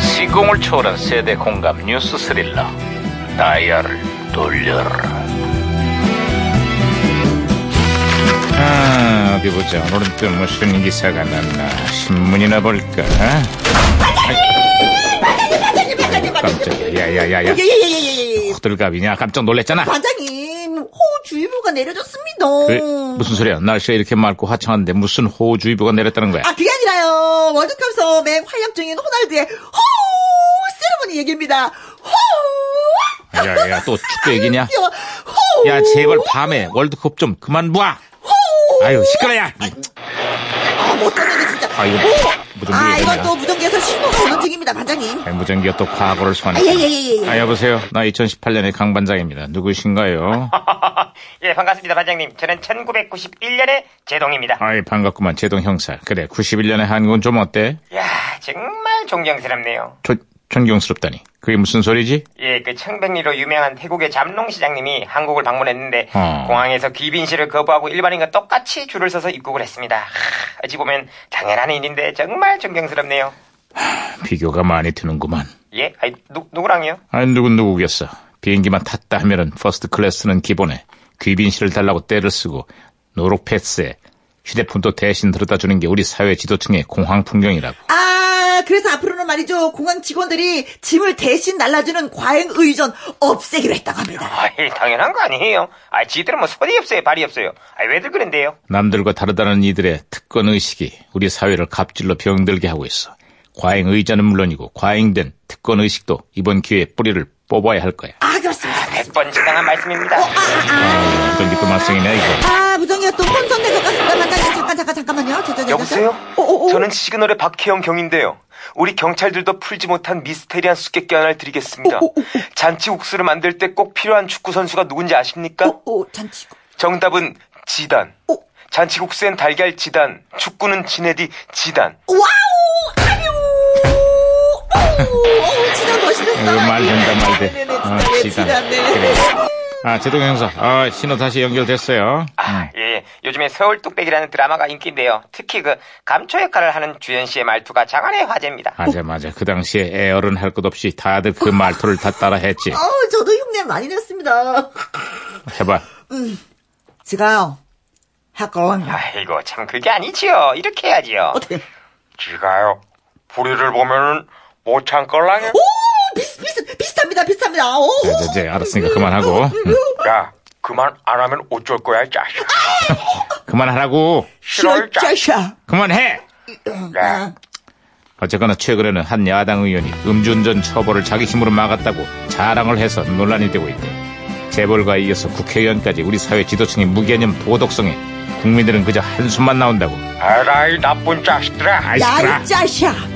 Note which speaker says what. Speaker 1: 시공을 초월한 세대 공감 뉴스 스릴러 다이얼을 돌려라 아, 어디 보자 오늘은 또 무슨 기사가 났나 신문이나 볼까
Speaker 2: 반장님, 반장님, 반장님.
Speaker 1: 깜짝이야 야야야야
Speaker 2: 예예예예예.
Speaker 1: 호들갑이냐 깜짝 놀랬잖아
Speaker 2: 반장님, 호우주의보가 내려졌습니다.
Speaker 1: 왜? 네, 무슨 소리야 날씨가 이렇게 맑고 화창한데 무슨 호우주의보가 내렸다는 거야
Speaker 2: 아, 그게 아니라요. 월드컵 섬에 활약 중인 호날두의 호우 세레머니 얘기입니다. 호우!
Speaker 1: 야야 또 축구 얘기냐
Speaker 2: 귀여워. 호우!
Speaker 1: 야 제발 밤에 월드컵 좀 그만 봐 아유 시끄러야
Speaker 2: 아, 못된 얘기 진짜.
Speaker 1: 아, 이거
Speaker 2: 오!
Speaker 1: 무전기
Speaker 2: 아,
Speaker 1: 얘기냐?
Speaker 2: 이건 또 무전기에서 신호가 오는 중입니다, 반장님.
Speaker 1: 아니, 무전기가 또 과거를 소환했다.
Speaker 2: 아, 예, 예, 예, 예.
Speaker 1: 아, 여보세요. 나 2018년의 강반장입니다. 누구신가요?
Speaker 3: 예, 반갑습니다, 반장님. 저는 1991년에 제동입니다.
Speaker 1: 아이, 반갑구만. 제동 형사. 그래, 91년의 한국은 좀 어때?
Speaker 3: 이야, 정말 존경스럽네요.
Speaker 1: 조- 존경스럽다니. 그게 무슨 소리지?
Speaker 3: 예, 그 청백리로 유명한 태국의 잠농 시장님이 한국을 방문했는데
Speaker 1: 어.
Speaker 3: 공항에서 귀빈실을 거부하고 일반인과 똑같이 줄을 서서 입국을 했습니다. 하, 어찌 보면 당연한 일인데 정말 존경스럽네요.
Speaker 1: 비교가 많이 드는구만.
Speaker 3: 예, 아이, 누, 누구랑요?
Speaker 1: 아니, 누군 누구겠어. 비행기만 탔다 하면은 퍼스트 클래스는 기본에 귀빈실을 달라고 떼를 쓰고 노룩 패스에 휴대폰도 대신 들어다 주는 게 우리 사회 지도층의 공항 풍경이라고.
Speaker 2: 아, 그래서 앞으로는 말이죠. 공항 직원들이 짐을 대신 날라주는 과잉 의전 없애기로 했다고 합니다.
Speaker 3: 아이, 당연한 거 아니에요. 아, 지들은 뭐 손이 없어요, 발이 없어요. 아, 왜들 그런데요?
Speaker 1: 남들과 다르다는 이들의 특권 의식이 우리 사회를 갑질로 병들게 하고 있어. 과잉 의자는 물론이고 과잉된 특권 의식도 이번 기회에 뿌리를 뽑아야 할 거야.
Speaker 2: 아, 그렇습니다.
Speaker 3: 100번 지당한 말씀입니다.
Speaker 1: 어떤 기또 말썽이냐 이거.
Speaker 2: 아, 무정이가 또 혼선된 것 같습니다. 반장님, 잠깐, 잠깐, 잠깐만요. 저, 어, 저, 저,
Speaker 3: 여보세요?
Speaker 2: 저. 오, 오, 오.
Speaker 3: 저는 시그널의 박혜영 경인데요. 우리 경찰들도 풀지 못한 미스테리한 수수께끼 하나를 드리겠습니다.
Speaker 2: 오, 오, 오.
Speaker 3: 잔치 국수를 만들 때 꼭 필요한 축구 선수가 누군지 아십니까?
Speaker 2: 오, 오, 어, 잔치고.
Speaker 3: 정답은 지단.
Speaker 2: 오.
Speaker 3: 잔치 국수엔 달걀 지단, 축구는 지네디 지단.
Speaker 2: 와우! 아뇨! 오, 오, 진짜 멋있었어.
Speaker 1: 이거 말 된다 말 돼.
Speaker 2: 네네,
Speaker 1: 아,
Speaker 2: 진짜, 네, 진짜,
Speaker 1: 지단.
Speaker 2: 네.
Speaker 1: 그래. 아 제동 형사. 아 신호 다시 연결됐어요. 음.
Speaker 3: 아, 예. 요즘에 서울 뚝배기라는 드라마가 인기인데요. 특히 그 감초 역할을 하는 주연 씨의 말투가 장안의 화제입니다.
Speaker 1: 맞아 맞아. 그 당시에 애어른 할 것 없이 다들 그 말투를 다 따라했지.
Speaker 2: 아우, 저도 흉내 많이 냈습니다.
Speaker 1: 해봐.
Speaker 2: 제가요, 학원.
Speaker 3: 아이고, 참 그게 아니지요. 이렇게 해야지요.
Speaker 2: 어떻게?
Speaker 3: 지가요. 불의를 보면은 못참
Speaker 2: 어?
Speaker 3: 걸랑해.
Speaker 2: 오, 비슷, 비슷, 비슷합니다, 비슷합니다. 오, 음,
Speaker 1: 이제, 이제 알았으니까 그만하고. 응.
Speaker 3: 야, 그만 안 하면 어쩔 거야, 이 자식.
Speaker 1: 그만하라고.
Speaker 2: 싫어, 짜샤. 음,
Speaker 1: 그만해.
Speaker 3: 네. 야,
Speaker 1: 어쨌거나 최근에는 한 야당 의원이 음주운전 처벌을 자기 힘으로 막았다고 자랑을 해서 논란이 되고 있대. 재벌과 이어서 국회의원까지 우리 사회 지도층의 무개념 도덕성에 국민들은 그저 한숨만 나온다고.
Speaker 3: 알아, 이 나쁜 자식들아.
Speaker 1: 아이,
Speaker 2: 야,
Speaker 1: 시끄러워.
Speaker 2: 이 짜샤.